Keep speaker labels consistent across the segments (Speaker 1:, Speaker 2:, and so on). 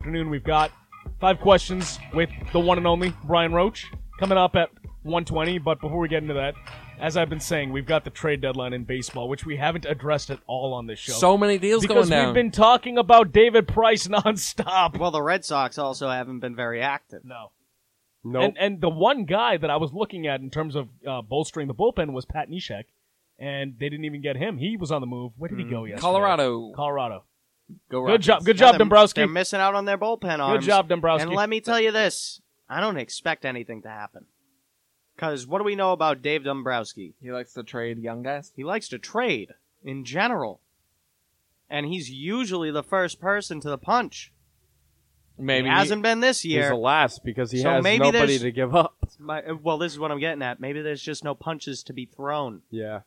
Speaker 1: afternoon, we've got five questions with the one and only Brian Roach coming up at 120. But before we get into that, as I've been saying, we've got the trade deadline in baseball, which we haven't addressed at all on this show.
Speaker 2: So many deals
Speaker 1: because
Speaker 2: going down.
Speaker 1: we've been talking about David Price nonstop.
Speaker 3: Well, the Red Sox also haven't been very active.
Speaker 1: No.
Speaker 4: Nope.
Speaker 1: And and the one guy that I was looking at in terms of uh, bolstering the bullpen was Pat Neshek, and they didn't even get him. He was on the move. Where did he
Speaker 3: Mm,
Speaker 1: go yesterday?
Speaker 2: Colorado.
Speaker 1: Colorado.
Speaker 2: Go
Speaker 1: Good
Speaker 2: Rockets.
Speaker 1: job. Good
Speaker 3: Yeah,
Speaker 1: job,
Speaker 3: they're-
Speaker 1: Dombrowski.
Speaker 3: They're missing out on their bullpen arms.
Speaker 1: job, Dombrowski.
Speaker 3: And let me tell you this: I don't expect anything to happen. Because what do we know about Dave Dombrowski?
Speaker 2: He likes to trade young guys.
Speaker 3: He likes to trade in general, and he's usually the first person to the punch.
Speaker 2: Maybe
Speaker 3: He hasn't been this
Speaker 4: He's
Speaker 3: year.
Speaker 4: the last because he
Speaker 3: So
Speaker 4: has
Speaker 3: maybe
Speaker 4: nobody
Speaker 3: there's-
Speaker 4: to give up.
Speaker 3: My- well, this is what I'm getting at. Maybe there's just no punches to be thrown.
Speaker 4: Yeah.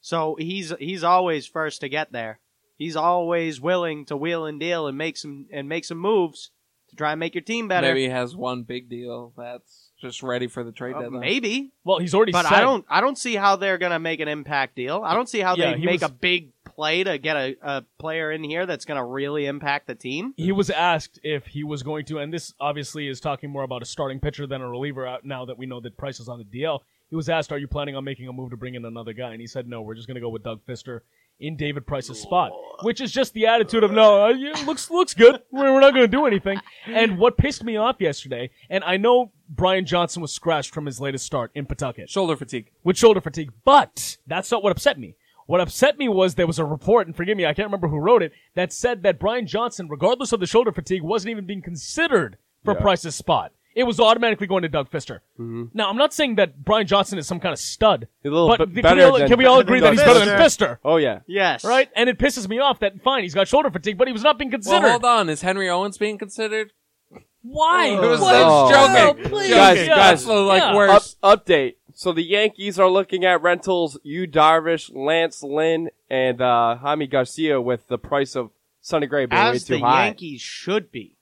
Speaker 3: So he's he's always first to get there. He's always willing to wheel and deal and make some and make some moves to try and make your team better.
Speaker 2: maybe he has one big deal that's just ready for the trade
Speaker 3: Uh,
Speaker 2: deadline.
Speaker 3: maybe.
Speaker 1: well, he's already
Speaker 3: But
Speaker 1: said
Speaker 3: I don't I don't see how they're gonna make an impact deal. I don't see how
Speaker 1: Yeah,
Speaker 3: they
Speaker 1: he
Speaker 3: make
Speaker 1: was-
Speaker 3: a big play to get a, a player in here that's gonna really impact the team.
Speaker 1: he was asked if he was going to, and this obviously is talking more about a starting pitcher than a reliever out now that we know that Price is on the DL. He was asked, Are you planning on making a move to bring in another guy? And he said, No, we're just going to go with Doug Fister in David Price's spot, which is just the attitude of, No, uh, yeah, looks, looks good. We're, we're not going to do anything. And what pissed me off yesterday, and I know Brian Johnson was scratched from his latest start in Pawtucket
Speaker 2: Shoulder fatigue.
Speaker 1: with shoulder fatigue. But that's not what upset me. What upset me was there was a report, and forgive me, I can't remember who wrote it, that said that Brian Johnson, regardless of the shoulder fatigue, wasn't even being considered for Price's spot. It was automatically going to Doug Fister. Now, I'm not saying that Brian Johnson is some kind of stud,
Speaker 4: Mm-hmm. A little
Speaker 1: but
Speaker 4: bit
Speaker 1: th- can,
Speaker 4: Oh, better
Speaker 1: we all,
Speaker 4: than-
Speaker 1: can we all
Speaker 4: better
Speaker 1: agree
Speaker 4: than
Speaker 1: that he's
Speaker 4: Doug
Speaker 1: better than Fister?
Speaker 4: Oh yeah.
Speaker 3: Yes.
Speaker 1: Right? And it pisses me off that, fine, he's got shoulder fatigue, but he was not being
Speaker 2: Well,
Speaker 1: considered.
Speaker 2: hold on. Is Henry Owens being considered?
Speaker 1: Why?
Speaker 2: It was
Speaker 1: What?
Speaker 4: Oh.
Speaker 2: that's joking.
Speaker 1: No, please.
Speaker 4: Guys,
Speaker 1: Yeah.
Speaker 4: guys,
Speaker 2: That's the, like
Speaker 1: Yeah.
Speaker 4: Up,
Speaker 2: worst.
Speaker 4: update. So the Yankees are looking at rentals. You Darvish, Lance Lynn, and uh, Jaime Garcia with the price of Sonny Gray being way
Speaker 3: As
Speaker 4: too
Speaker 3: the
Speaker 4: high.
Speaker 3: Yankees should be.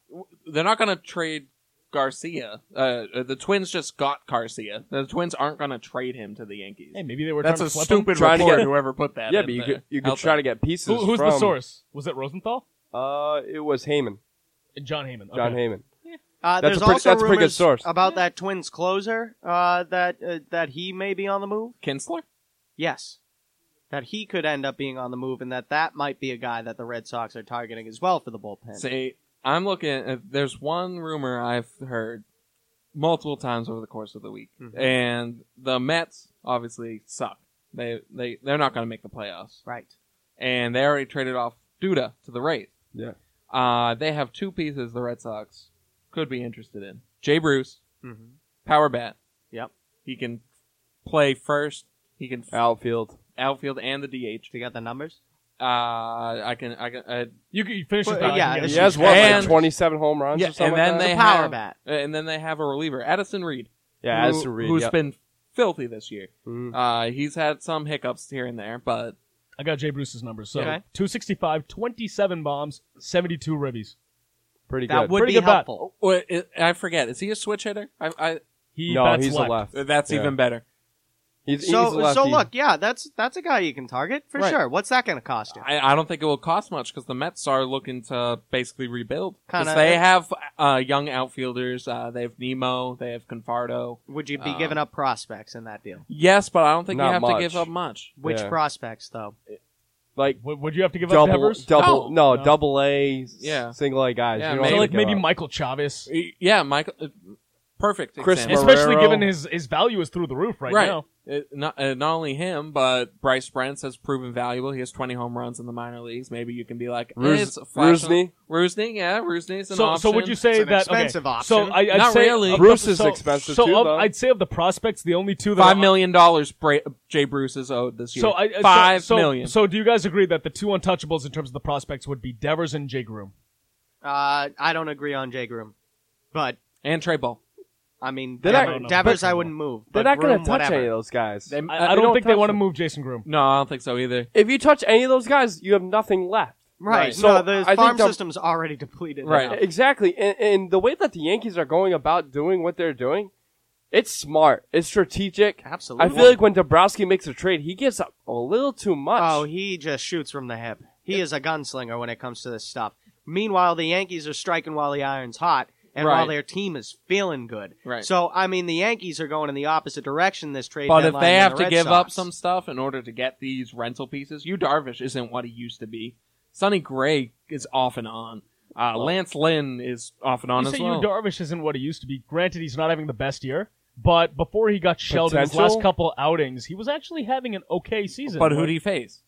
Speaker 2: They're not going to trade Garcia. Uh, uh, the Twins just got Garcia. The Twins aren't going to trade him to the Yankees.
Speaker 1: Hey, maybe they were
Speaker 2: That's
Speaker 1: trying
Speaker 2: a
Speaker 1: to flip him.
Speaker 2: stupid
Speaker 4: Trying to
Speaker 2: report.
Speaker 4: get-
Speaker 2: whoever put that.
Speaker 4: yeah,
Speaker 2: in
Speaker 4: but you
Speaker 2: there.
Speaker 4: could you could
Speaker 2: Out
Speaker 4: try
Speaker 2: there.
Speaker 4: to get pieces.
Speaker 1: Who- who's
Speaker 4: from,
Speaker 1: the source? Was it Rosenthal?
Speaker 4: Uh, it was Heyman,
Speaker 1: John Heyman.
Speaker 4: John
Speaker 1: okay.
Speaker 4: Heyman.
Speaker 3: Uh,
Speaker 4: That's
Speaker 3: there's
Speaker 4: a pretty-
Speaker 3: also
Speaker 4: that's a pretty good
Speaker 3: rumors
Speaker 4: source.
Speaker 3: about that Twins closer uh, that uh, that he may be on the move.
Speaker 2: Kinsler.
Speaker 3: Yes. That he could end up being on the move, and that that might be a guy that the Red Sox are targeting as well for the bullpen.
Speaker 2: See, I'm looking. At, there's one rumor I've heard multiple times over the course of the week,
Speaker 3: Mhm.
Speaker 2: and the Mets obviously suck. They they they're not going to make the playoffs,
Speaker 3: Right.
Speaker 2: and they already traded off Duda to the Rays.
Speaker 4: Yeah.
Speaker 2: Uh, they have two pieces the Red Sox could be interested in: Jay Bruce,
Speaker 3: Mm-hmm.
Speaker 2: power bat.
Speaker 3: Yep.
Speaker 2: He can play first. He can f-
Speaker 4: Outfield.
Speaker 2: outfield and the DH.
Speaker 3: Do you got the numbers?
Speaker 2: Uh, I can I can. Uh,
Speaker 1: You, can- you finish
Speaker 3: Well,
Speaker 1: the thought.
Speaker 3: yeah,
Speaker 4: He
Speaker 3: Yes,
Speaker 4: has
Speaker 3: he
Speaker 4: what,
Speaker 2: can.
Speaker 4: like twenty-seven home runs
Speaker 2: Yeah,
Speaker 4: or
Speaker 2: and
Speaker 4: something.
Speaker 2: then
Speaker 4: like that?
Speaker 2: they
Speaker 3: Uh, the power
Speaker 2: have-
Speaker 3: bat.
Speaker 2: and then they have a reliever, Addison Reed.
Speaker 4: yeah,
Speaker 2: who,
Speaker 4: as to read.
Speaker 2: has
Speaker 4: yep.
Speaker 2: been filthy this year.
Speaker 4: Mhm.
Speaker 2: Uh, he's had some hiccups here and there, but
Speaker 1: I got Jay Bruce's numbers. So
Speaker 3: Okay.
Speaker 1: 265, 27 bombs, 72 ribbies.
Speaker 4: pretty
Speaker 3: That
Speaker 4: good. Oh,
Speaker 3: would
Speaker 1: Pretty
Speaker 3: be
Speaker 1: good bat.
Speaker 3: helpful.
Speaker 2: oh, Wait, I I forget. Is he a switch hitter? I,
Speaker 1: He
Speaker 4: no,
Speaker 1: bats
Speaker 4: he's
Speaker 1: left.
Speaker 4: a left.
Speaker 2: I, that's
Speaker 4: Yeah.
Speaker 2: even better.
Speaker 4: He's, he's a
Speaker 3: So, so
Speaker 4: lefty.
Speaker 3: look, yeah, that's that's a guy you can target for
Speaker 2: Right.
Speaker 3: sure. What's that going to cost you?
Speaker 2: I, I don't think it will cost much because the Mets are looking to basically rebuild. 'Cause
Speaker 3: Kinda-
Speaker 2: they have uh, young outfielders. Uh, they have Nemo. They have Confardo.
Speaker 3: Would you be
Speaker 2: Uh,
Speaker 3: giving up prospects in that deal?
Speaker 2: Yes, but I don't think you
Speaker 4: Not
Speaker 2: have
Speaker 4: much.
Speaker 2: to give up much.
Speaker 3: Which
Speaker 4: Yeah.
Speaker 3: prospects, though?
Speaker 4: like
Speaker 1: Would, would you have to give up
Speaker 4: double,
Speaker 1: Devers?
Speaker 4: double,
Speaker 1: No.
Speaker 4: no,
Speaker 1: No.
Speaker 4: double A, s-
Speaker 2: Yeah.
Speaker 4: single A guys.
Speaker 2: Yeah,
Speaker 4: You don't
Speaker 1: So
Speaker 2: maybe.
Speaker 4: have
Speaker 1: like
Speaker 4: to
Speaker 1: maybe
Speaker 4: give up.
Speaker 1: Michael Chavez,
Speaker 2: Yeah, Michael. uh, Perfect.
Speaker 4: Chris
Speaker 2: example.
Speaker 1: especially
Speaker 4: Marrero.
Speaker 1: given his his value is through the roof right, now.
Speaker 2: Uh, not, uh, not only him, but Bryce Brents has proven valuable. He has 20 home runs in the minor leagues. Maybe you can be like, eh,
Speaker 4: Ruz-
Speaker 2: it's a flash on-
Speaker 4: Rusney?
Speaker 2: Rusney, yeah, Rusney's an
Speaker 1: So
Speaker 2: option.
Speaker 1: so would you say
Speaker 3: It's an
Speaker 1: that
Speaker 3: expensive
Speaker 1: okay,
Speaker 3: option.
Speaker 1: So I, I'd
Speaker 2: Not
Speaker 1: say
Speaker 2: really.
Speaker 1: of
Speaker 4: Bruce
Speaker 1: the,
Speaker 4: is
Speaker 1: so,
Speaker 4: expensive
Speaker 1: so
Speaker 4: too,
Speaker 1: of-
Speaker 4: though.
Speaker 1: I'd say of the prospects, the only two that
Speaker 2: Five
Speaker 1: are-
Speaker 2: million dollars Bra- Jay Bruce is owed this year.
Speaker 1: So I uh,
Speaker 2: Five
Speaker 1: so, so-
Speaker 2: million.
Speaker 1: So, do you guys agree that the two untouchables in terms of the prospects would be Devers and Jay Groom?
Speaker 3: Uh, I don't agree on Jay Groom, but
Speaker 2: and Trey Ball.
Speaker 3: I mean,
Speaker 4: They're
Speaker 3: Dev-
Speaker 4: not- I
Speaker 1: don't know.
Speaker 3: Devers,
Speaker 1: But-
Speaker 3: I wouldn't move.
Speaker 4: They're
Speaker 3: but
Speaker 4: not going
Speaker 3: Groom,
Speaker 4: to touch
Speaker 3: whatever.
Speaker 4: any of those guys.
Speaker 2: They-
Speaker 1: I,
Speaker 2: Uh,
Speaker 1: I
Speaker 4: they
Speaker 1: don't
Speaker 4: don't
Speaker 1: think they
Speaker 4: touch
Speaker 1: want to
Speaker 4: him.
Speaker 1: move Jason Groom.
Speaker 2: No, I don't think so either.
Speaker 4: if you touch any of those guys, you have nothing left.
Speaker 3: Right.
Speaker 2: Right.
Speaker 3: So
Speaker 4: So I
Speaker 3: the
Speaker 4: think
Speaker 3: farm
Speaker 4: Dom-
Speaker 3: system's already depleted.
Speaker 2: Right.
Speaker 3: now.
Speaker 4: Exactly. And, and the way that the Yankees are going about doing what they're doing, it's smart. It's strategic.
Speaker 3: Absolutely.
Speaker 4: I feel like when Dabrowski makes a trade, he gives up a little too much.
Speaker 3: Oh, he just shoots from the hip. He is a gunslinger when it comes to this stuff. Meanwhile, the Yankees are striking while the iron's hot and
Speaker 2: Right.
Speaker 3: while their team is feeling good.
Speaker 2: Right.
Speaker 3: So, I mean, the Yankees are going in the opposite direction this trade
Speaker 2: But if
Speaker 3: deadline
Speaker 2: they
Speaker 3: than
Speaker 2: have
Speaker 3: the
Speaker 2: to
Speaker 3: Red
Speaker 2: give up
Speaker 3: Sox.
Speaker 2: some stuff in order to get these rental pieces, you Darvish isn't what he used to be. Sonny Gray is off and on. Uh, Lance Lynn is off and on
Speaker 1: you
Speaker 2: as
Speaker 1: say
Speaker 2: well.
Speaker 1: Yu Darvish isn't what he used to be. Granted, he's not having the best year, but before he got shelled in his
Speaker 4: Potential?
Speaker 1: last couple outings, he was actually having an okay season.
Speaker 2: but who
Speaker 1: Like,
Speaker 2: do you face?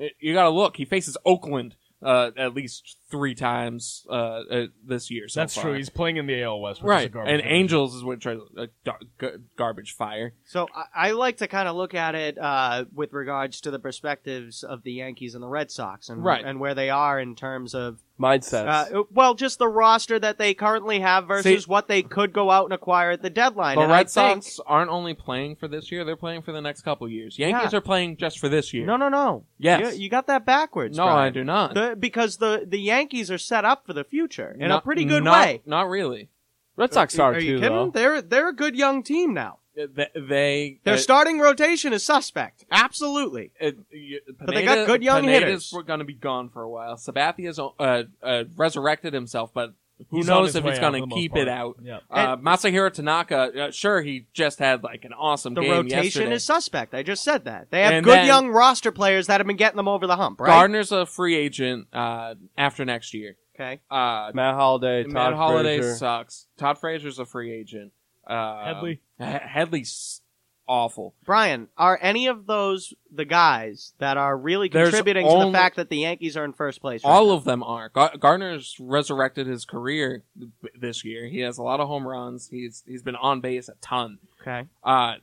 Speaker 2: Uh, You got to look. He faces Oakland uh, at least three times uh, uh, this year. So
Speaker 1: That's
Speaker 2: far.
Speaker 1: true. He's playing in the AL West, which Is a
Speaker 2: right.
Speaker 1: garbage
Speaker 2: And
Speaker 1: division.
Speaker 2: Angels is what tries uh, gar- gar- garbage fire.
Speaker 3: So I, I like to kind of look at it uh, with regards to the perspectives of the Yankees and the Red Sox, and
Speaker 2: Right.
Speaker 3: and where they are in terms of
Speaker 4: Mindsets.
Speaker 3: uh, well, just the roster that they currently have versus what they could go out and acquire at the deadline.
Speaker 2: The
Speaker 3: And
Speaker 2: Red
Speaker 3: I think,
Speaker 2: Sox aren't only playing for this year; they're playing for the next couple years. Yankees are playing just for this year.
Speaker 3: No, no, no.
Speaker 2: Yes.
Speaker 3: you, you got that backwards.
Speaker 2: No,
Speaker 3: Brian.
Speaker 2: I do not.
Speaker 3: The, because the the Yankees are set up for the future in a
Speaker 2: Not-
Speaker 3: pretty good
Speaker 2: not-
Speaker 3: way.
Speaker 2: Not really.
Speaker 4: Red Sox are,
Speaker 3: Are you
Speaker 4: too,
Speaker 3: kidding?
Speaker 4: though.
Speaker 3: They're they're a good young team now.
Speaker 2: Th- They
Speaker 3: Their
Speaker 2: uh,
Speaker 3: starting rotation is suspect. Absolutely.
Speaker 2: uh, y-
Speaker 3: But they got
Speaker 2: Pineda-
Speaker 3: good young
Speaker 2: Pineda's
Speaker 3: hitters.
Speaker 2: going to be gone for a while. Sabathia's uh, uh, resurrected himself, but who
Speaker 1: He's on
Speaker 2: knows
Speaker 1: his
Speaker 2: if
Speaker 1: way
Speaker 2: he's
Speaker 1: out
Speaker 2: going
Speaker 1: for the
Speaker 2: to
Speaker 1: most
Speaker 2: keep
Speaker 1: part.
Speaker 2: it out?
Speaker 1: Yeah.
Speaker 2: Uh, Masahiro Tanaka, uh, sure, he just had like an awesome
Speaker 3: The
Speaker 2: game
Speaker 3: rotation
Speaker 2: yesterday.
Speaker 3: is suspect. I just said that. They have
Speaker 2: And
Speaker 3: good
Speaker 2: then-
Speaker 3: young roster players that have been getting them over the hump, right?
Speaker 2: Gardner's a free agent uh, after next year.
Speaker 3: Okay.
Speaker 2: Uh,
Speaker 4: Matt Holiday, Todd
Speaker 2: Matt Holiday
Speaker 4: Frazier.
Speaker 2: sucks. Todd Frazier's a free agent. Uh,
Speaker 1: Headley?
Speaker 2: He- Headley's awful.
Speaker 3: Brian, are any of those the guys that are really
Speaker 2: There's
Speaker 3: contributing to
Speaker 2: only-
Speaker 3: the fact that the Yankees are in first place? right
Speaker 2: All
Speaker 3: now?
Speaker 2: of them are. Gar- Gardner's resurrected his career th- this year. He has a lot of home runs. He's he's been on base a ton.
Speaker 3: Okay.
Speaker 2: Uh,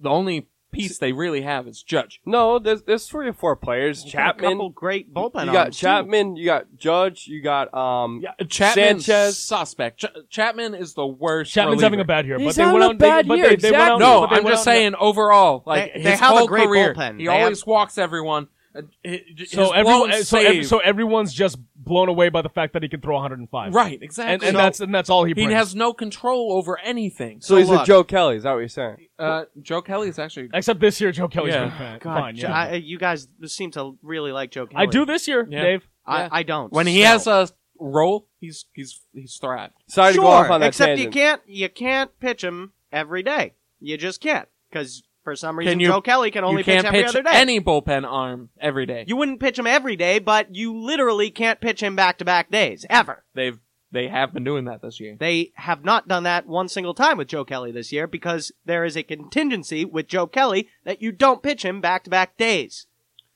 Speaker 2: the only piece they really have is Judge.
Speaker 4: No, there's, there's three or four players.
Speaker 3: A
Speaker 4: Chapman.
Speaker 3: couple
Speaker 4: You
Speaker 3: great bullpen
Speaker 4: got
Speaker 3: arms, too.
Speaker 4: Chapman. You got Judge. You got um.
Speaker 2: Yeah, Chapman
Speaker 4: Sanchez.
Speaker 2: suspect. Ch- Chapman is the worst.
Speaker 1: Chapman's having a
Speaker 2: reliever.
Speaker 1: bad year,
Speaker 4: He's
Speaker 1: but they
Speaker 4: having
Speaker 1: went
Speaker 4: a
Speaker 1: out. They,
Speaker 4: bad
Speaker 1: but
Speaker 4: year,
Speaker 1: they, they went out.
Speaker 4: exactly.
Speaker 2: No,
Speaker 1: but they
Speaker 2: I'm
Speaker 1: went
Speaker 2: just
Speaker 1: out-
Speaker 2: saying overall, like
Speaker 3: They-
Speaker 2: his
Speaker 3: they have a
Speaker 2: whole
Speaker 3: great
Speaker 2: career,
Speaker 3: bullpen.
Speaker 2: he
Speaker 3: They
Speaker 2: always
Speaker 3: have-
Speaker 2: walks everyone. Uh, h- h-
Speaker 1: So
Speaker 2: his blown
Speaker 1: everyone, so, ev-
Speaker 2: save-
Speaker 1: so everyone's just blown away by the fact that he can throw 105.
Speaker 2: right,
Speaker 1: And,
Speaker 2: exactly.
Speaker 1: and
Speaker 3: So-
Speaker 1: that's and that's all he
Speaker 2: he
Speaker 1: brings.
Speaker 2: has no control over anything.
Speaker 4: So,
Speaker 3: So
Speaker 4: he's a
Speaker 3: look.
Speaker 4: Joe Kelly. Is that what you're saying?
Speaker 2: Uh, Joe Kelly is actually
Speaker 1: Except this year, Joe Kelly's
Speaker 2: Yeah.
Speaker 1: been fine.
Speaker 3: God,
Speaker 1: fine,
Speaker 3: J-
Speaker 1: yeah.
Speaker 3: I- you guys seem to really like Joe Kelly.
Speaker 1: I do this year,
Speaker 2: Yeah.
Speaker 1: Dave.
Speaker 2: Yeah.
Speaker 3: I, I don't.
Speaker 2: when he
Speaker 3: so.
Speaker 2: has a role, he's he's he's thrived.
Speaker 4: Sorry
Speaker 3: sure,
Speaker 4: to go off on that
Speaker 3: except
Speaker 4: tangent.
Speaker 3: you can't you can't pitch him every day. You just can't because for some reason
Speaker 2: Can you-
Speaker 3: Joe Kelly can only
Speaker 2: you can't
Speaker 3: pitch every
Speaker 2: pitch
Speaker 3: other day.
Speaker 2: any bullpen arm every day.
Speaker 3: you wouldn't pitch him every day, but you literally can't pitch him back to back days ever.
Speaker 2: They've they have been doing that this year.
Speaker 3: They have not done that one single time with Joe Kelly this year because there is a contingency with Joe Kelly that you don't pitch him back to back days.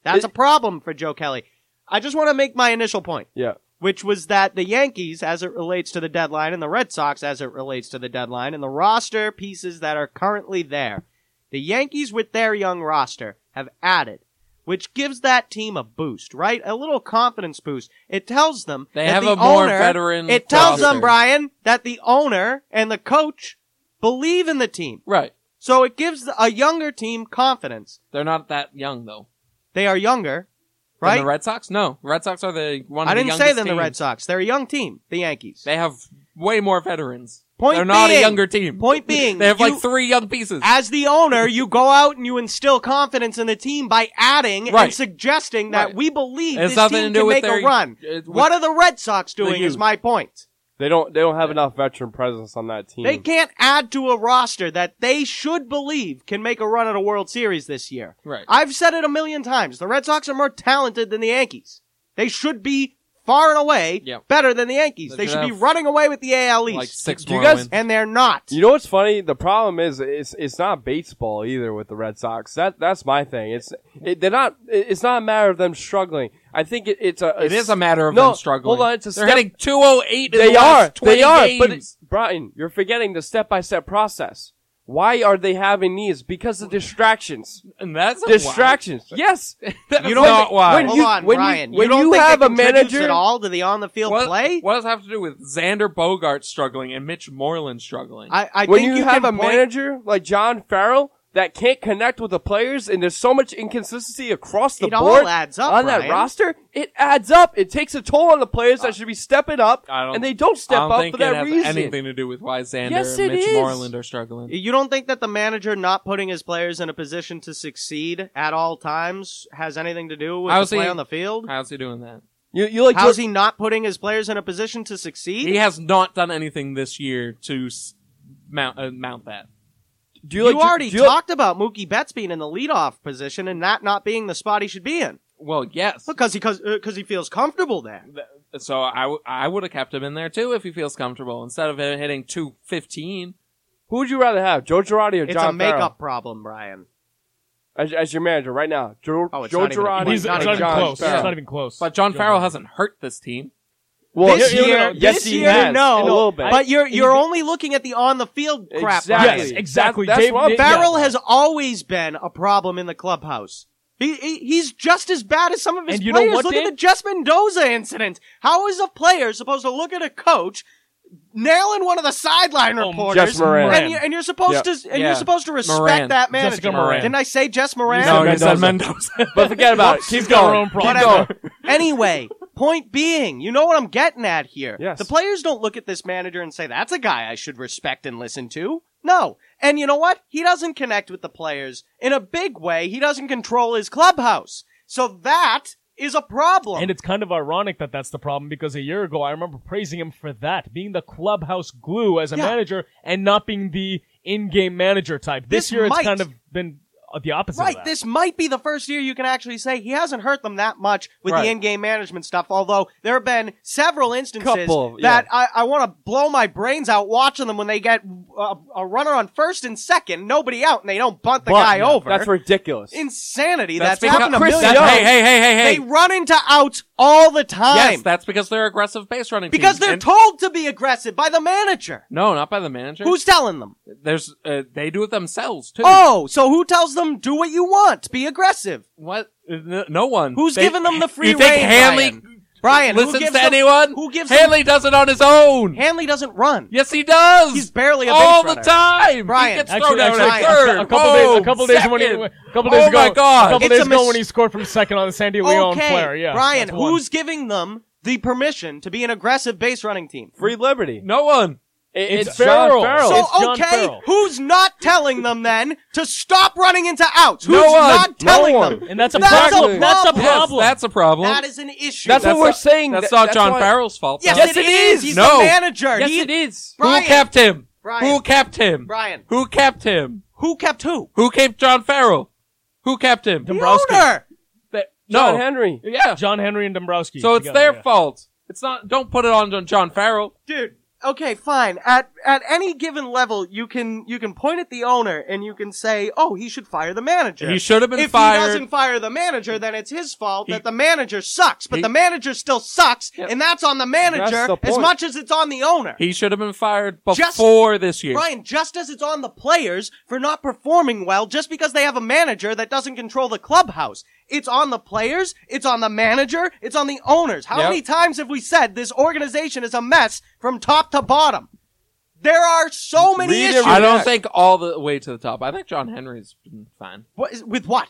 Speaker 3: That's
Speaker 4: It-
Speaker 3: a problem for Joe Kelly. I just want to make my initial point.
Speaker 4: Yeah.
Speaker 3: which was that the Yankees, as it relates to the deadline, and the Red Sox, as it relates to the deadline, and the roster pieces that are currently there, the Yankees with their young roster have added, which gives that team a boost, right? A little confidence boost. It tells them
Speaker 2: They
Speaker 3: that
Speaker 2: have
Speaker 3: the
Speaker 2: a more
Speaker 3: owner-
Speaker 2: veteran
Speaker 3: It tells
Speaker 2: roster.
Speaker 3: them, Brian, that the owner and the coach believe in the team,
Speaker 2: Right.
Speaker 3: so it gives a younger team confidence.
Speaker 2: They're not that young though.
Speaker 3: They are younger,
Speaker 2: Than
Speaker 3: right?
Speaker 2: the Red Sox? No. Red Sox are the one
Speaker 3: I
Speaker 2: of the
Speaker 3: didn't
Speaker 2: youngest
Speaker 3: say than the
Speaker 2: teams.
Speaker 3: Red Sox. They're a young team, the Yankees.
Speaker 2: They have way more veterans.
Speaker 3: Point
Speaker 2: They're not a
Speaker 3: being-
Speaker 2: younger team.
Speaker 3: point being,
Speaker 2: they have
Speaker 3: you-
Speaker 2: like three young pieces.
Speaker 3: as the owner, you go out and you instill confidence in the team by adding
Speaker 2: Right.
Speaker 3: and suggesting that
Speaker 2: Right.
Speaker 3: we believe
Speaker 2: It has
Speaker 3: this
Speaker 2: nothing to
Speaker 3: team
Speaker 2: do
Speaker 3: can
Speaker 2: with
Speaker 3: make
Speaker 2: their-
Speaker 3: a run.
Speaker 2: uh, with
Speaker 3: what are the Red Sox doing? Is
Speaker 2: youth.
Speaker 3: my point.
Speaker 4: They don't. They don't have enough veteran presence on that
Speaker 2: Hmm.
Speaker 4: team.
Speaker 3: They can't add to a roster that they should believe can make a run at a World Series this year.
Speaker 2: Right.
Speaker 3: I've said it a million times. The Red Sox are more talented than the Yankees. They should be far and away
Speaker 2: Yeah.
Speaker 3: better than the Yankees.
Speaker 2: They
Speaker 3: They
Speaker 2: should
Speaker 3: should be
Speaker 2: have
Speaker 3: running away with the AL East.
Speaker 2: like six
Speaker 4: Do
Speaker 2: more
Speaker 4: you guys-
Speaker 2: wins.
Speaker 3: and they're not.
Speaker 4: You know what's funny? The problem is it's it's not baseball either with the Red Sox. That that's my thing. It's it, they're not. it- It's not a matter of them struggling. I think it, it's a,
Speaker 2: It is a matter of
Speaker 4: no,
Speaker 2: them struggling.
Speaker 4: Hold on, it's a
Speaker 2: They're
Speaker 4: step.
Speaker 2: hitting 208 in
Speaker 4: they
Speaker 2: the
Speaker 4: are.
Speaker 2: last 20
Speaker 4: they are.
Speaker 2: games.
Speaker 4: But it's, Brian, you're forgetting the step by step process. Why are they having these? Because of distractions.
Speaker 2: and that's a
Speaker 4: Distractions. Yes.
Speaker 2: That's
Speaker 4: You
Speaker 2: you
Speaker 4: know
Speaker 2: know not
Speaker 4: what-
Speaker 2: why.
Speaker 4: when
Speaker 3: Hold
Speaker 4: you-
Speaker 3: on, Brian.
Speaker 4: you- when
Speaker 3: you don't
Speaker 4: you
Speaker 3: think
Speaker 4: have
Speaker 3: it
Speaker 4: a
Speaker 3: contributes
Speaker 4: manager-
Speaker 3: at all to the on-the-field
Speaker 2: what,
Speaker 3: play?
Speaker 2: what does it have to do with Xander Bogart struggling and Mitch Moreland struggling?
Speaker 3: I, I
Speaker 4: when
Speaker 3: think
Speaker 4: you,
Speaker 3: you
Speaker 4: have a
Speaker 3: can point-
Speaker 4: manager like John Farrell that can't connect with the players, and there's so much inconsistency across the
Speaker 3: It all
Speaker 4: board
Speaker 3: adds up,
Speaker 4: on that
Speaker 3: Ryan.
Speaker 4: roster, it adds up. It takes a toll on the players that should be stepping up,
Speaker 2: I don't-
Speaker 4: and they don't step
Speaker 2: I don't
Speaker 4: up
Speaker 2: think
Speaker 4: for that
Speaker 2: it has
Speaker 4: reason.
Speaker 2: anything to do with why Xander
Speaker 4: Yes,
Speaker 2: and
Speaker 4: it
Speaker 2: Mitch
Speaker 4: is.
Speaker 2: Moreland are struggling.
Speaker 3: You don't think that the manager not putting his players in a position to succeed at all times has anything to do with
Speaker 2: How's
Speaker 3: the play
Speaker 2: he-
Speaker 3: on the field?
Speaker 2: How's he doing that?
Speaker 4: You, you like
Speaker 3: How's
Speaker 4: Jor-
Speaker 3: he not putting his players in a position to succeed?
Speaker 2: He has not done anything this year to s- mount uh, mount that.
Speaker 4: do you,
Speaker 3: You,
Speaker 4: like Jor-
Speaker 3: already
Speaker 4: do you like-
Speaker 3: talked about Mookie Betts being in the leadoff position and that not being the spot he should be in
Speaker 2: Well, yes.
Speaker 3: because he cause, uh, 'cause he feels comfortable there.
Speaker 2: So I, w- I would have kept him in there too if he feels comfortable instead of him hitting 215.
Speaker 4: who would you rather have, Joe Girardi or
Speaker 3: It's a
Speaker 4: John Farrell?
Speaker 3: makeup problem, Brian.
Speaker 4: as, as your manager right now? Joe,
Speaker 3: Oh, it's
Speaker 4: Joe
Speaker 3: not even a
Speaker 4: Girardi
Speaker 3: point.
Speaker 1: He's,
Speaker 3: He's
Speaker 1: it's not
Speaker 3: not
Speaker 4: and
Speaker 1: even
Speaker 3: even
Speaker 4: John
Speaker 1: close.
Speaker 2: Farrell.
Speaker 1: It's not even close.
Speaker 2: But John
Speaker 1: Joe
Speaker 2: Farrell
Speaker 1: Girardi.
Speaker 2: hasn't hurt this team.
Speaker 4: Well,
Speaker 3: this
Speaker 4: no, no, no,
Speaker 3: year,
Speaker 4: no, yes,
Speaker 3: this
Speaker 4: he
Speaker 3: year,
Speaker 4: has,
Speaker 3: no,
Speaker 4: in a little bit.
Speaker 3: But you're you're only looking at the on the field crap.
Speaker 4: Exactly.
Speaker 3: Brian.
Speaker 1: Yes, exactly.
Speaker 4: That- that's
Speaker 1: Dave-
Speaker 4: what I'm
Speaker 1: Dave-
Speaker 4: saying.
Speaker 3: Farrell has always been a problem in the clubhouse. He, he, he's just as bad as some of his
Speaker 1: And you know
Speaker 3: players.
Speaker 1: what,
Speaker 3: look
Speaker 1: Dan?
Speaker 3: at the Jess Mendoza incident. How is a player supposed to look at a coach nailing one of the sideline
Speaker 1: Oh,
Speaker 3: reporters?
Speaker 4: Jess Moran.
Speaker 3: And, you, and you're supposed
Speaker 4: Yeah.
Speaker 3: to and
Speaker 2: Yeah.
Speaker 3: you're supposed to respect
Speaker 2: Moran.
Speaker 3: that manager.
Speaker 1: Jessica Moran.
Speaker 3: Didn't I say Jess Moran?
Speaker 2: no,
Speaker 4: said
Speaker 2: you said
Speaker 4: Mendoza.
Speaker 2: Mendoza.
Speaker 4: but forget about it.
Speaker 1: She's
Speaker 4: Keep
Speaker 1: got her
Speaker 4: going.
Speaker 1: own problem.
Speaker 4: Keep going.
Speaker 3: anyway, point being, you know what I'm getting at here.
Speaker 4: Yes.
Speaker 3: The players don't look at this manager and say, that's a guy I should respect and listen to. No. And you know what? He doesn't connect with the players in a big way. He doesn't control his clubhouse. So that is a problem.
Speaker 1: And it's kind of ironic that that's the problem because a year ago I remember praising him for that, being the clubhouse glue as a
Speaker 3: Yeah.
Speaker 1: manager and not being the in-game manager type. This,
Speaker 3: This
Speaker 1: year
Speaker 3: might-
Speaker 1: it's kind of been uh, the opposite.
Speaker 3: Right,
Speaker 1: of that.
Speaker 3: this might be the first year you can actually say he hasn't hurt them that much with
Speaker 2: Right.
Speaker 3: the in-game management stuff. Although there have been several instances
Speaker 4: Couple, yeah.
Speaker 3: that I, I want to blow my brains out watching them when they get a, a runner on first and second, nobody out, and they don't bunt the
Speaker 1: But,
Speaker 3: guy
Speaker 1: yeah,
Speaker 3: over.
Speaker 4: That's ridiculous.
Speaker 3: insanity.
Speaker 2: That's
Speaker 3: That's,
Speaker 2: because-
Speaker 3: happened a
Speaker 2: Chris
Speaker 3: million
Speaker 2: Young-
Speaker 3: times.
Speaker 2: Hey, hey, hey, hey, hey.
Speaker 3: They run into outs all the time
Speaker 2: Yes, that's because they're aggressive base running.
Speaker 3: because
Speaker 2: teams.
Speaker 3: they're
Speaker 2: And-
Speaker 3: told to be aggressive by the manager.
Speaker 2: no, not by the manager.
Speaker 3: Who's telling them?
Speaker 2: there's uh, they do it themselves too.
Speaker 3: Oh, so who tells them do what you want, be aggressive?
Speaker 2: What? N- No one.
Speaker 3: Who's
Speaker 2: They-
Speaker 3: giving them the free
Speaker 2: You think
Speaker 3: rein,
Speaker 2: Hanley
Speaker 3: Brian? Brian, who
Speaker 2: listens
Speaker 3: gives
Speaker 2: to
Speaker 3: them-
Speaker 2: anyone?
Speaker 3: Who gives them-
Speaker 2: Hanley does it on his own.
Speaker 3: Hanley doesn't run.
Speaker 2: yes, he does.
Speaker 3: He's barely a
Speaker 2: all
Speaker 3: base
Speaker 2: the
Speaker 3: runner.
Speaker 2: time.
Speaker 3: Brian,
Speaker 2: he gets
Speaker 1: Actually,
Speaker 2: thrown out
Speaker 1: actually,
Speaker 2: at
Speaker 1: a-
Speaker 2: third.
Speaker 1: a, couple
Speaker 2: Whoa,
Speaker 3: Oh,
Speaker 1: days, a couple days when he,
Speaker 2: second.
Speaker 1: a couple days
Speaker 2: oh
Speaker 1: ago,
Speaker 2: my
Speaker 1: a
Speaker 2: god!
Speaker 1: couple
Speaker 3: It's
Speaker 1: days
Speaker 3: a
Speaker 1: ago
Speaker 3: mis-
Speaker 1: when he scored from second on the San Diego Leon
Speaker 3: okay,
Speaker 1: flare. Yeah,
Speaker 3: Brian,
Speaker 1: that's one.
Speaker 3: who's giving them the permission to be an aggressive base running team?
Speaker 4: Free Liberty.
Speaker 2: no one.
Speaker 4: It-
Speaker 1: it's
Speaker 4: it's John
Speaker 1: Farrell.
Speaker 4: Farrell.
Speaker 1: So- it's
Speaker 3: so
Speaker 1: John
Speaker 3: okay,
Speaker 1: Farrell.
Speaker 3: who's not telling them then to stop running into outs? Who's
Speaker 2: No one.
Speaker 3: not
Speaker 4: No
Speaker 3: telling
Speaker 4: one.
Speaker 3: them?
Speaker 1: and that's a
Speaker 3: That's a
Speaker 1: problem. that's a
Speaker 3: problem.
Speaker 2: Yes,
Speaker 1: problem.
Speaker 2: that's a problem.
Speaker 3: That is an issue.
Speaker 4: That's what
Speaker 2: That's
Speaker 4: we're
Speaker 2: not-
Speaker 4: saying.
Speaker 2: That's
Speaker 4: That-
Speaker 2: not John
Speaker 4: why-
Speaker 2: Farrell's fault.
Speaker 3: Yes,
Speaker 2: though.
Speaker 4: Yes,
Speaker 3: it
Speaker 4: it
Speaker 3: is.
Speaker 4: is.
Speaker 3: He's
Speaker 2: No.
Speaker 3: the manager.
Speaker 2: Yes,
Speaker 3: he,
Speaker 2: it is.
Speaker 3: Brian.
Speaker 2: Who kept him?
Speaker 3: Brian.
Speaker 2: Who kept him?
Speaker 3: Brian.
Speaker 2: Who kept him?
Speaker 3: Who kept who?
Speaker 2: Who kept John Farrell? Who kept him?
Speaker 3: The
Speaker 1: Dombrowski.
Speaker 3: owner.
Speaker 2: That-
Speaker 4: John
Speaker 2: no.
Speaker 4: Henry.
Speaker 2: Yeah.
Speaker 1: John Henry and Dombrowski.
Speaker 2: so it's
Speaker 1: together,
Speaker 2: their
Speaker 1: yeah.
Speaker 2: fault. It's not. Don't put it on John- John Farrell.
Speaker 3: Dude. Okay, fine. At at any given level, you can you can point at the owner and you can say, "Oh, he should fire the manager."
Speaker 2: He should have been
Speaker 3: if
Speaker 2: fired.
Speaker 3: he doesn't fire the manager, then it's his fault
Speaker 2: He-
Speaker 3: that the manager sucks. But
Speaker 2: He-
Speaker 3: the manager still sucks, and that's on the manager
Speaker 4: That's the
Speaker 3: as
Speaker 4: point.
Speaker 3: much as it's on the owner.
Speaker 2: He should have been fired
Speaker 3: Just-
Speaker 2: before this year.
Speaker 3: Brian, just as it's on the players for not performing well just because they have a manager that doesn't control the clubhouse. It's on the players, it's on the manager, it's on the owners. How
Speaker 2: Yep.
Speaker 3: many times have we said this organization is a mess from top to bottom? There are so many
Speaker 4: Read it,
Speaker 3: issues.
Speaker 2: I don't
Speaker 4: back.
Speaker 2: think all the way to the top. I think John Henry's been fine.
Speaker 3: What is, with what?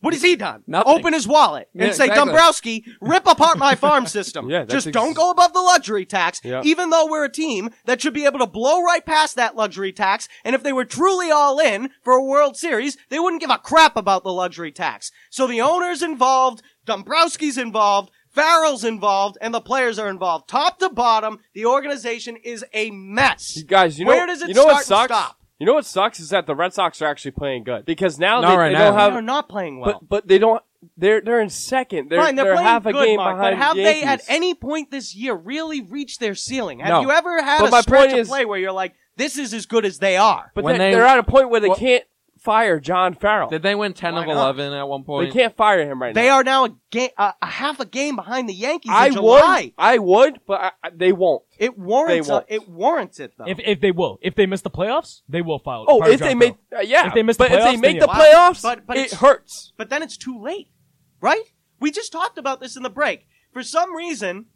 Speaker 3: What has he done?
Speaker 2: Nothing.
Speaker 3: Open his wallet and
Speaker 2: Yeah,
Speaker 3: say,
Speaker 2: exactly.
Speaker 3: Dombrowski, rip apart my farm system.
Speaker 4: Yeah, that's
Speaker 3: Just
Speaker 4: ex-
Speaker 3: don't go above the luxury tax,
Speaker 4: Yeah.
Speaker 3: even though we're a team that should be able to blow right past that luxury tax. And if they were truly all in for a World Series, they wouldn't give a crap about the luxury tax. So the owner's involved, Dombrowski's involved, Farrell's involved, and the players are involved. Top to bottom, the organization is a mess.
Speaker 4: You guys, you know,
Speaker 3: Where does it
Speaker 4: you know what
Speaker 3: start and
Speaker 4: sucks?
Speaker 3: stop?
Speaker 4: You know what sucks is that the Red Sox are actually playing good because now
Speaker 2: Not
Speaker 4: they,
Speaker 2: right
Speaker 4: they
Speaker 2: now.
Speaker 4: don't
Speaker 3: They're
Speaker 4: have,
Speaker 3: not playing well.
Speaker 4: but but they don't. They're they're in second. They're,
Speaker 3: Fine, they're, playing
Speaker 4: half a
Speaker 3: good,
Speaker 4: game
Speaker 3: Mark,
Speaker 4: behind
Speaker 3: but have
Speaker 4: the
Speaker 3: they at
Speaker 4: Yankees.
Speaker 3: any point this year really reached their ceiling? Have
Speaker 2: No.
Speaker 3: you ever had
Speaker 4: But
Speaker 3: a
Speaker 4: my
Speaker 3: stretch
Speaker 4: point
Speaker 3: of
Speaker 4: is-
Speaker 3: play where you're like, this is as good as they are?
Speaker 4: But
Speaker 2: When
Speaker 4: they're,
Speaker 2: they-
Speaker 4: they're at a point where they
Speaker 2: Well-
Speaker 4: can't fire John Farrell.
Speaker 2: Did they win ten
Speaker 3: Why
Speaker 2: of
Speaker 3: not?
Speaker 2: eleven at one
Speaker 4: They
Speaker 2: point?
Speaker 4: can't fire him right now.
Speaker 3: They are now a, ga- a, a half a game behind the Yankees
Speaker 4: I
Speaker 3: in July.
Speaker 4: would. I would, but I, I- they won't.
Speaker 3: It warrants
Speaker 4: They won't.
Speaker 3: it warrants it though.
Speaker 1: If, if they will, if they miss the playoffs, they will file.
Speaker 4: Oh,
Speaker 1: fire
Speaker 4: if
Speaker 1: John
Speaker 4: they make,
Speaker 1: Farrell.
Speaker 4: uh, yeah,
Speaker 1: If they miss the
Speaker 4: but if they
Speaker 1: playoffs,
Speaker 4: make
Speaker 1: then
Speaker 4: the
Speaker 1: yeah.
Speaker 3: Wow.
Speaker 4: playoffs,
Speaker 3: But- but
Speaker 4: it
Speaker 3: it's-
Speaker 4: hurts.
Speaker 3: but then it's too late, right? We just talked about this in the break. For some reason,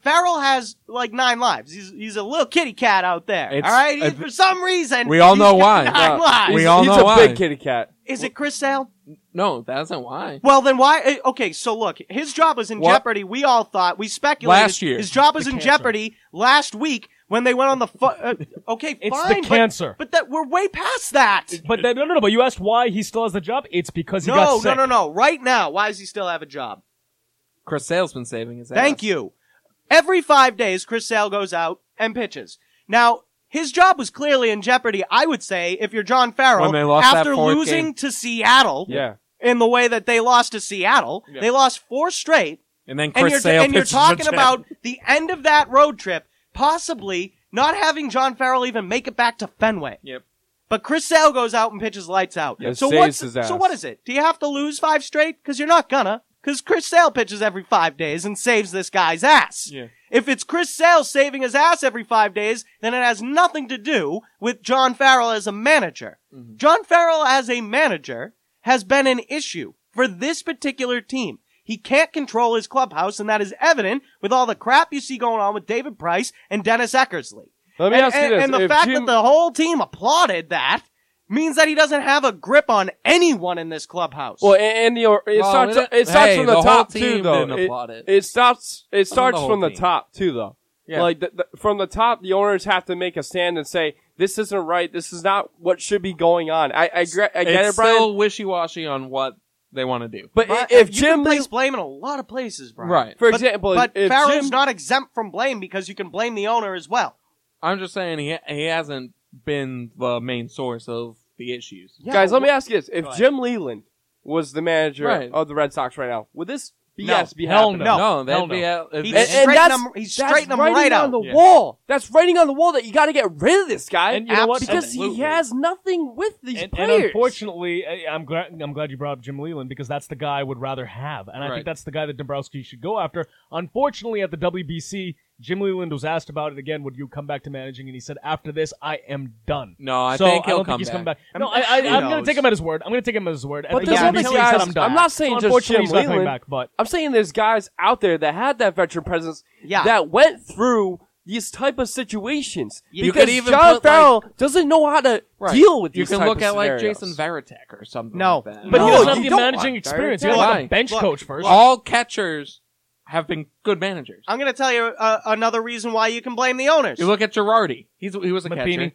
Speaker 3: Farrell has like nine lives. He's he's a little kitty cat out there.
Speaker 2: It's-
Speaker 3: all right, He-
Speaker 2: uh,
Speaker 3: for some reason
Speaker 2: we all
Speaker 3: he's
Speaker 2: know
Speaker 3: got
Speaker 2: why.
Speaker 3: Nine
Speaker 4: No,
Speaker 3: lives.
Speaker 2: We
Speaker 4: he's,
Speaker 2: all
Speaker 4: he's
Speaker 2: know
Speaker 4: a
Speaker 2: why.
Speaker 4: big kitty cat.
Speaker 3: Is it Chris Sale?
Speaker 2: No, that isn't why.
Speaker 3: Well, then why? eh, Okay, so look, his job was in
Speaker 2: What?
Speaker 3: jeopardy. We all thought we speculated
Speaker 2: Last year.
Speaker 3: his job was
Speaker 1: The
Speaker 3: in
Speaker 1: cancer.
Speaker 3: jeopardy last week when they went on the. Fu- uh, okay,
Speaker 1: It's the
Speaker 3: fine, but-
Speaker 1: cancer.
Speaker 3: But, that we're way past that.
Speaker 1: But then, no, no, no. But you asked why he still has the job. It's because he
Speaker 3: No,
Speaker 1: got
Speaker 3: no,
Speaker 1: sick.
Speaker 3: no, no. Right now, why does he still have a job?
Speaker 2: Chris Sale's been saving his ass.
Speaker 3: Thank you. Every five days, Chris Sale goes out and pitches. Now, his job was clearly in jeopardy, I would say, if you're John Farrell,
Speaker 2: When they lost that
Speaker 3: after
Speaker 2: fourth
Speaker 3: losing
Speaker 2: game.
Speaker 3: to Seattle
Speaker 4: Yeah.
Speaker 3: in the way that they lost to Seattle.
Speaker 4: Yeah.
Speaker 3: They lost four straight,
Speaker 2: And then
Speaker 3: and
Speaker 2: Chris
Speaker 3: you're,
Speaker 2: Sale
Speaker 3: and you're
Speaker 2: pitches a
Speaker 3: talking
Speaker 2: jab.
Speaker 3: about the end of that road trip, possibly not having John Farrell even make it back to Fenway.
Speaker 2: Yep.
Speaker 3: But Chris Sale goes out and pitches lights out.
Speaker 4: Yeah,
Speaker 3: so
Speaker 4: saves
Speaker 3: what's
Speaker 4: his
Speaker 3: so
Speaker 4: ass.
Speaker 3: what is it? Do you have to lose five straight? Because you're not gonna. Because Chris Sale pitches every five days and saves this guy's ass.
Speaker 2: Yeah.
Speaker 3: If it's Chris Sale saving his ass every five days, then it has nothing to do with John Farrell as a manager.
Speaker 4: Mm-hmm.
Speaker 3: John Farrell as a manager has been an issue for this particular team. He can't control his clubhouse, and that is evident with all the crap you see going on with David Price and Dennis Eckersley.
Speaker 4: Let me
Speaker 3: and,
Speaker 4: ask you
Speaker 3: and-
Speaker 4: this:
Speaker 3: and the
Speaker 4: If
Speaker 3: fact
Speaker 4: Jim-
Speaker 3: that the whole team applauded that means that he doesn't have a grip on anyone in this clubhouse.
Speaker 4: Well, and, and the it
Speaker 2: Well,
Speaker 4: starts
Speaker 2: it-
Speaker 4: it starts
Speaker 2: hey,
Speaker 4: from
Speaker 2: the
Speaker 4: the,
Speaker 2: whole
Speaker 4: top
Speaker 2: team
Speaker 4: too, though.
Speaker 2: didn't applaud it.
Speaker 4: it starts it starts
Speaker 2: whole
Speaker 4: from the
Speaker 2: team.
Speaker 4: top too, though.
Speaker 2: Yeah.
Speaker 4: Like the, the, from the top, the owners have to make a stand and say, "This isn't right. This is not what should be going on." I I, gre- I get
Speaker 2: it's
Speaker 4: it, Brian.
Speaker 2: still wishy washy on what they want to do.
Speaker 4: but i-
Speaker 3: But
Speaker 4: if
Speaker 3: you
Speaker 4: Jim,
Speaker 3: can place
Speaker 4: Lee-
Speaker 3: blame in a lot of places, Brian.
Speaker 2: Right.
Speaker 4: for
Speaker 3: But-
Speaker 4: example,
Speaker 3: but
Speaker 4: if
Speaker 3: Farrell's
Speaker 4: Jim,
Speaker 3: not exempt from blame because you can blame the owner as well.
Speaker 2: I'm just saying he he hasn't been the main source of the issues.
Speaker 3: Yeah,
Speaker 4: guys,
Speaker 3: but
Speaker 4: let me ask you this: If
Speaker 3: Go ahead.
Speaker 4: Jim Leland was the manager
Speaker 2: Right.
Speaker 4: of the Red Sox right now, would this BS be
Speaker 1: hell
Speaker 4: happening?
Speaker 1: No.
Speaker 2: no, that'd
Speaker 1: Hell
Speaker 2: be
Speaker 3: He's
Speaker 2: and- and-
Speaker 3: straighten
Speaker 4: that's-
Speaker 3: him- he's
Speaker 4: That's
Speaker 3: straightening him
Speaker 4: writing
Speaker 3: right
Speaker 4: on
Speaker 3: out.
Speaker 4: the
Speaker 2: Yeah.
Speaker 4: wall. That's writing on the wall that you got to get rid of this guy
Speaker 1: And you know what?
Speaker 4: because he
Speaker 1: Absolutely.
Speaker 4: has nothing with these
Speaker 1: and, and
Speaker 4: players.
Speaker 1: unfortunately, I- I'm glad I'm glad you brought up Jim Leland because that's the guy I would rather have, and I
Speaker 2: Right.
Speaker 1: think that's the guy that Dombrowski should go after. Unfortunately, at the WBC, Jim Leland was asked about it again. Would you come back to managing? And he said, "After this, I am done."
Speaker 2: No, I
Speaker 1: so
Speaker 2: think he'll
Speaker 1: I don't
Speaker 2: come
Speaker 1: think he's coming
Speaker 2: back.
Speaker 1: back. No,
Speaker 3: I'm-
Speaker 1: I, I,
Speaker 3: who
Speaker 1: I'm going
Speaker 3: knows?
Speaker 1: to take him at his word. I'm going to take him at his word. At
Speaker 4: But
Speaker 1: the
Speaker 4: there's
Speaker 1: WBC,
Speaker 4: other
Speaker 1: he said,
Speaker 4: guys.
Speaker 1: I'm, done.
Speaker 4: I'm not saying
Speaker 1: So
Speaker 4: just
Speaker 1: unfortunately,
Speaker 4: Jim
Speaker 1: he's not coming
Speaker 4: Leland.
Speaker 1: back, but
Speaker 4: I'm saying there's guys out there that had that veteran presence
Speaker 3: Yeah.
Speaker 4: that went through these type of situations
Speaker 3: You
Speaker 4: because
Speaker 2: could even
Speaker 4: John
Speaker 2: put,
Speaker 4: Farrell doesn't know how to deal with
Speaker 2: you
Speaker 4: these
Speaker 2: can
Speaker 4: type
Speaker 2: look
Speaker 4: of
Speaker 2: at like
Speaker 4: scenarios.
Speaker 2: Jason Veritek or something.
Speaker 3: No.
Speaker 2: like that.
Speaker 1: but
Speaker 4: No,
Speaker 1: he doesn't have
Speaker 4: you
Speaker 1: the
Speaker 4: don't
Speaker 1: managing
Speaker 4: want
Speaker 1: experience. He
Speaker 4: Barrett
Speaker 1: was
Speaker 2: Taylor.
Speaker 1: not a bench
Speaker 3: Look,
Speaker 1: coach first.
Speaker 2: all catchers have been good managers.
Speaker 3: I'm going to tell you uh, another reason why you can blame the owners.
Speaker 2: You look at Girardi; he's he was a catcher.
Speaker 1: Matheny,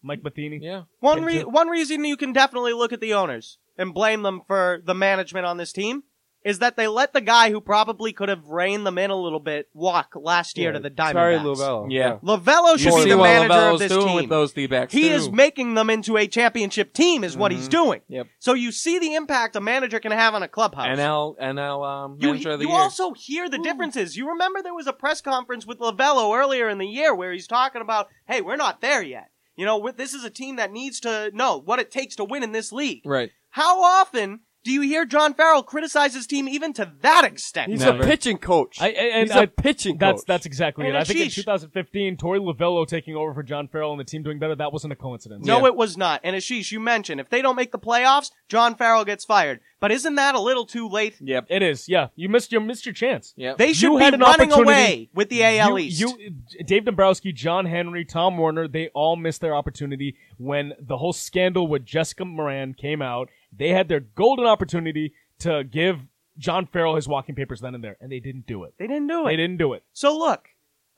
Speaker 1: Mike Matheny.
Speaker 2: Yeah,
Speaker 3: One re- one reason you can definitely look at the owners and blame them for the management on this team is that they let the guy who probably could have reined them in a little bit walk last year to the
Speaker 4: Terry
Speaker 3: Diamondbacks.
Speaker 4: Lovello.
Speaker 2: Yeah.
Speaker 3: Lavello
Speaker 2: you
Speaker 3: Oh, should be
Speaker 2: see
Speaker 3: the
Speaker 2: what
Speaker 3: manager
Speaker 2: Lavello's
Speaker 3: of this
Speaker 2: doing
Speaker 3: team.
Speaker 2: with those D-backs.
Speaker 3: he
Speaker 2: too. Mm-hmm.
Speaker 3: is making them into a championship team, is what he's doing.
Speaker 2: Yep.
Speaker 3: So you see the impact a manager can have on a clubhouse.
Speaker 2: NL NL um,
Speaker 3: You,
Speaker 2: manager of the
Speaker 3: you
Speaker 2: year.
Speaker 3: also hear the differences. You remember there was a press conference with Lavello earlier in the year where he's talking about, "Hey, we're not there yet. You know, with, this is a team that needs to know what it takes to win in this league."
Speaker 2: right.
Speaker 3: How often do you hear John Farrell criticize his team even to that extent?
Speaker 4: He's
Speaker 2: Never.
Speaker 4: a pitching coach.
Speaker 1: I, I- and
Speaker 4: He's a
Speaker 1: I-
Speaker 4: pitching
Speaker 1: That's
Speaker 4: coach.
Speaker 1: that's exactly
Speaker 3: And
Speaker 1: it.
Speaker 3: a
Speaker 1: I think in
Speaker 3: sheesh.
Speaker 1: 2015, Tori Lavello taking over for John Farrell and the team doing better. That wasn't a coincidence.
Speaker 3: No, it was not. And Ashish, you mentioned if they don't make the playoffs, John Farrell gets fired. But isn't that a little too late?
Speaker 2: Yep.
Speaker 1: It is. Yeah, you missed your missed your chance.
Speaker 2: Yep.
Speaker 3: They should
Speaker 1: You
Speaker 3: be
Speaker 1: had an
Speaker 3: running
Speaker 1: opportunity.
Speaker 3: away with the AL
Speaker 1: you,
Speaker 3: East.
Speaker 1: you, Dave Dombrowski, John Henry, Tom Warner, they all missed their opportunity when the whole scandal with Jessica Moran came out. They had their golden opportunity to give John Farrell his walking papers then and there, and they didn't do it.
Speaker 3: they didn't do it.
Speaker 1: They didn't do it.
Speaker 3: So look,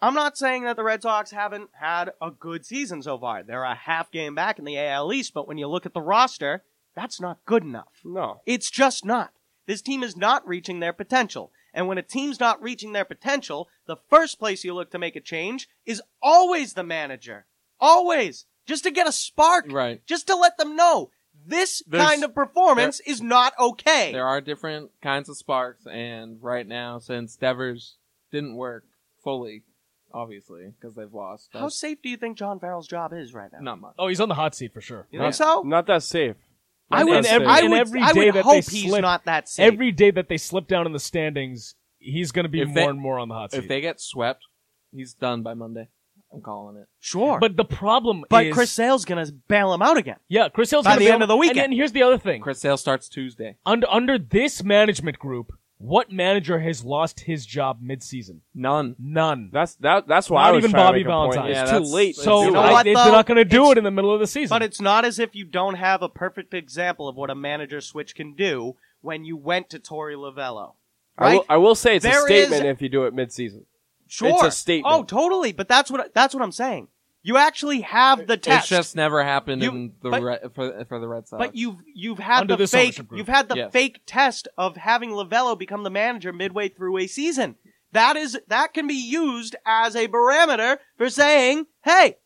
Speaker 3: I'm not saying that the Red Sox haven't had a good season so far. They're a half game back in the AL East, but when you look at the roster, that's not good enough.
Speaker 4: no.
Speaker 3: It's just not. This team is not reaching their potential. And when a team's not reaching their potential, the first place you look to make a change is always the manager. Always. Just to get a spark.
Speaker 2: Right.
Speaker 3: Just to let them know this
Speaker 2: There's-
Speaker 3: kind of performance is not okay.
Speaker 2: There are different kinds of sparks, and right now, since Devers didn't work fully, obviously because they've lost,
Speaker 3: How
Speaker 2: that's
Speaker 3: safe do you think John Farrell's job is right now?
Speaker 2: not much.
Speaker 1: Oh, he's on the hot seat for sure.
Speaker 3: You think
Speaker 4: Not-
Speaker 3: so?
Speaker 4: Not that safe.
Speaker 1: I
Speaker 4: would-
Speaker 1: and every,
Speaker 4: I
Speaker 1: and
Speaker 3: would-
Speaker 1: every
Speaker 3: I
Speaker 1: day
Speaker 3: would
Speaker 1: that
Speaker 3: hope
Speaker 1: they
Speaker 3: he's
Speaker 1: slip,
Speaker 3: not that safe.
Speaker 1: every day that they slip down in the standings, he's going to be
Speaker 2: If
Speaker 1: more
Speaker 2: they-
Speaker 1: and more on the hot seat.
Speaker 2: If they get swept, he's done by Monday. I'm calling it.
Speaker 3: Sure.
Speaker 1: but the problem
Speaker 3: But
Speaker 1: is,
Speaker 3: Chris Sale's gonna bail him out again.
Speaker 1: yeah, Chris Hill's
Speaker 3: by
Speaker 1: gonna
Speaker 3: the
Speaker 1: be
Speaker 3: end
Speaker 1: able-
Speaker 3: of the weekend.
Speaker 1: And, and here's the other thing:
Speaker 2: Chris Sale starts Tuesday.
Speaker 1: under under this management group, what manager has lost his job midseason?
Speaker 2: None.
Speaker 1: None.
Speaker 4: That's that. That's why
Speaker 1: Not
Speaker 4: I was
Speaker 1: even
Speaker 4: trying
Speaker 1: Bobby
Speaker 4: to make a point.
Speaker 1: Valentine.
Speaker 2: Yeah,
Speaker 4: It's too
Speaker 2: that's-
Speaker 4: late. to
Speaker 1: so
Speaker 4: do
Speaker 2: You know
Speaker 1: I-
Speaker 3: what,
Speaker 1: they,
Speaker 3: though?
Speaker 1: are not going to do
Speaker 3: It's-
Speaker 1: it in the middle of the season.
Speaker 3: But it's not as if you don't have a perfect example of what a manager switch can do when you went to Tori Lavello.
Speaker 4: I will,
Speaker 3: Right?
Speaker 4: I will say it's
Speaker 3: There
Speaker 4: a
Speaker 3: is-
Speaker 4: statement if you do it midseason.
Speaker 3: sure.
Speaker 4: a statement.
Speaker 3: Oh, totally. But that's what that's what I'm saying. You actually have the test.
Speaker 2: It's just never happened
Speaker 3: You-
Speaker 2: in the
Speaker 3: but-
Speaker 2: Re- for for the Red
Speaker 4: uh,
Speaker 2: Sox.
Speaker 3: But you've you've had
Speaker 1: Under
Speaker 3: the
Speaker 1: this
Speaker 3: fake
Speaker 1: ownership group.
Speaker 3: you've had the
Speaker 2: Yes.
Speaker 3: fake test of having Lavello become the manager midway through a season. That is that can be used as a barometer for saying, hey,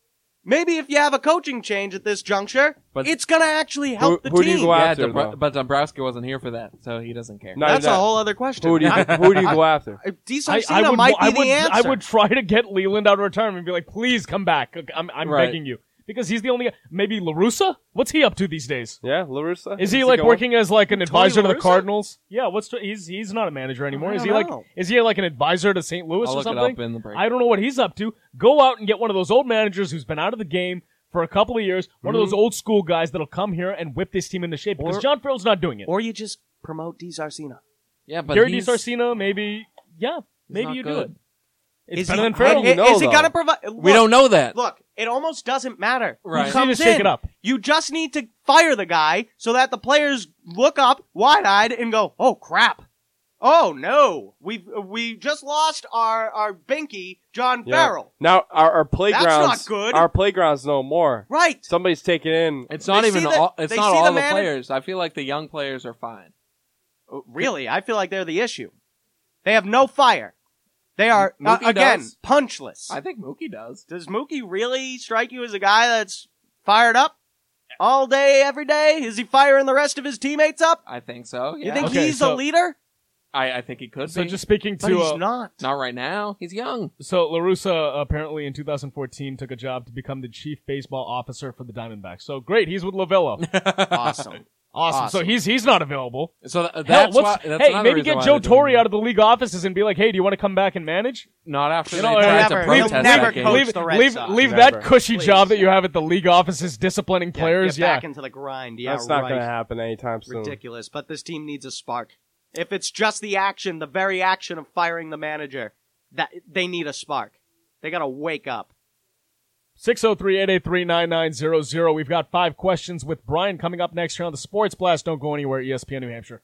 Speaker 3: maybe if you have a coaching change at this juncture,
Speaker 2: But-
Speaker 3: it's gonna actually help the
Speaker 4: Who- who do
Speaker 3: team.
Speaker 4: you go
Speaker 2: yeah,
Speaker 4: after,
Speaker 2: Dombr-
Speaker 4: though.
Speaker 2: but Dombrowski wasn't here for that, so he doesn't care.
Speaker 4: No.
Speaker 3: That's a
Speaker 4: that.
Speaker 3: whole other question.
Speaker 4: Who do you
Speaker 3: I-
Speaker 4: who do you go after?
Speaker 3: I-
Speaker 1: I,
Speaker 3: DeSarcina
Speaker 1: I would,
Speaker 3: might be
Speaker 1: I
Speaker 3: the
Speaker 1: would, I
Speaker 3: answer.
Speaker 1: would try to get Leland out of retirement and be like, please come back. I'm, I'm
Speaker 2: Right.
Speaker 1: begging you. Because he's the only, maybe LaRussa? What's he up to these days?
Speaker 4: Yeah, Larissa.
Speaker 1: Is he like
Speaker 4: going?
Speaker 1: working as like an advisor to
Speaker 3: LaRussa?
Speaker 1: the Cardinals? Yeah, what's he's he's not a manager anymore.
Speaker 3: I
Speaker 1: Is he
Speaker 3: don't
Speaker 1: like
Speaker 3: know.
Speaker 1: is he like an advisor to St. Louis
Speaker 2: I'll
Speaker 1: or
Speaker 2: look it
Speaker 1: something?
Speaker 2: up in the break.
Speaker 1: I don't know what he's up to. Go out and get one of those old managers who's been out of the game for a couple of years. One
Speaker 2: Mm-hmm.
Speaker 1: of those old school guys that'll come here and whip this team into shape because
Speaker 3: Or-
Speaker 1: John Farrell's not doing it.
Speaker 3: Or you just promote DeSarcina.
Speaker 2: yeah, but
Speaker 1: Gary
Speaker 2: he's-
Speaker 1: DiSarcino, maybe yeah, maybe
Speaker 2: not
Speaker 1: you do
Speaker 2: good.
Speaker 1: it. It's
Speaker 3: is
Speaker 1: better
Speaker 3: he,
Speaker 1: than Farrell.
Speaker 4: do you
Speaker 3: Is,
Speaker 4: know,
Speaker 3: is he
Speaker 4: though?
Speaker 3: gonna provide?
Speaker 2: we don't know that.
Speaker 3: Look, it almost doesn't matter. who
Speaker 2: Right. You just
Speaker 1: need
Speaker 3: comes
Speaker 1: to shake
Speaker 3: in.
Speaker 1: it up.
Speaker 3: You just need to fire the guy so that the players look up wide-eyed and go, "Oh crap." Oh no. We we just lost our our binky, John
Speaker 4: Yeah.
Speaker 3: Farrell.
Speaker 4: Now our, our playgrounds.
Speaker 3: good.
Speaker 4: Our playgrounds no more.
Speaker 3: Right.
Speaker 4: Somebody's taking in.
Speaker 2: It's not
Speaker 3: They
Speaker 2: even
Speaker 3: see the-
Speaker 2: all. It's
Speaker 3: they
Speaker 2: not
Speaker 3: see
Speaker 2: all
Speaker 3: the
Speaker 2: the,
Speaker 3: man-
Speaker 2: players. I feel like the young players are fine.
Speaker 3: Oh, Really, I feel like they're the issue. They have no fire. They are uh,
Speaker 2: Mookie
Speaker 3: again
Speaker 2: does.
Speaker 3: punchless.
Speaker 2: I think Mookie does.
Speaker 3: Does Mookie really strike you as a guy that's fired up all day every day? Is he firing the rest of his teammates up?
Speaker 2: I think so.
Speaker 3: You
Speaker 2: yeah.
Speaker 3: think
Speaker 1: Okay,
Speaker 3: he's
Speaker 1: so-
Speaker 3: a leader?
Speaker 2: I, I think he could
Speaker 1: So
Speaker 2: be.
Speaker 1: just speaking
Speaker 3: But
Speaker 1: to
Speaker 3: he's
Speaker 1: uh,
Speaker 3: not.
Speaker 2: not right now. He's young.
Speaker 1: So Larusa apparently in 2014 took a job to become the chief baseball officer for the Diamondbacks. So great, he's with Lavello. awesome.
Speaker 3: awesome.
Speaker 1: So he's he's not available.
Speaker 2: So th-
Speaker 1: Hell,
Speaker 2: that's why.
Speaker 1: what's-
Speaker 2: That's
Speaker 1: hey,
Speaker 2: another
Speaker 1: maybe
Speaker 2: reason
Speaker 1: get
Speaker 2: why
Speaker 1: Joe
Speaker 2: they're doing
Speaker 1: Torre
Speaker 2: it.
Speaker 1: out of the league offices and be like, hey, do you want to come back and manage?
Speaker 2: Not after
Speaker 1: You
Speaker 2: they
Speaker 1: know,
Speaker 2: tried
Speaker 3: never-
Speaker 2: to
Speaker 3: he'll
Speaker 2: protest.
Speaker 3: never
Speaker 2: that game.
Speaker 3: coach
Speaker 1: leave
Speaker 3: the Red
Speaker 1: leave,
Speaker 3: Sox.
Speaker 1: leave
Speaker 4: Never.
Speaker 1: that cushy
Speaker 3: Please.
Speaker 1: job that you have at the league offices disciplining
Speaker 3: Yeah,
Speaker 1: players.
Speaker 3: get
Speaker 1: Yeah,
Speaker 3: back into the grind. Yeah,
Speaker 4: That's not
Speaker 3: right.
Speaker 4: going to happen anytime soon.
Speaker 3: Ridiculous, but this team needs a spark. If it's just the action, the very action of firing the manager, that they need a spark. They got to wake up.
Speaker 1: E 603-883-9900. We've got five questions with Brian coming up next here on the Sports Blast. Don't go anywhere, ESPN New Hampshire.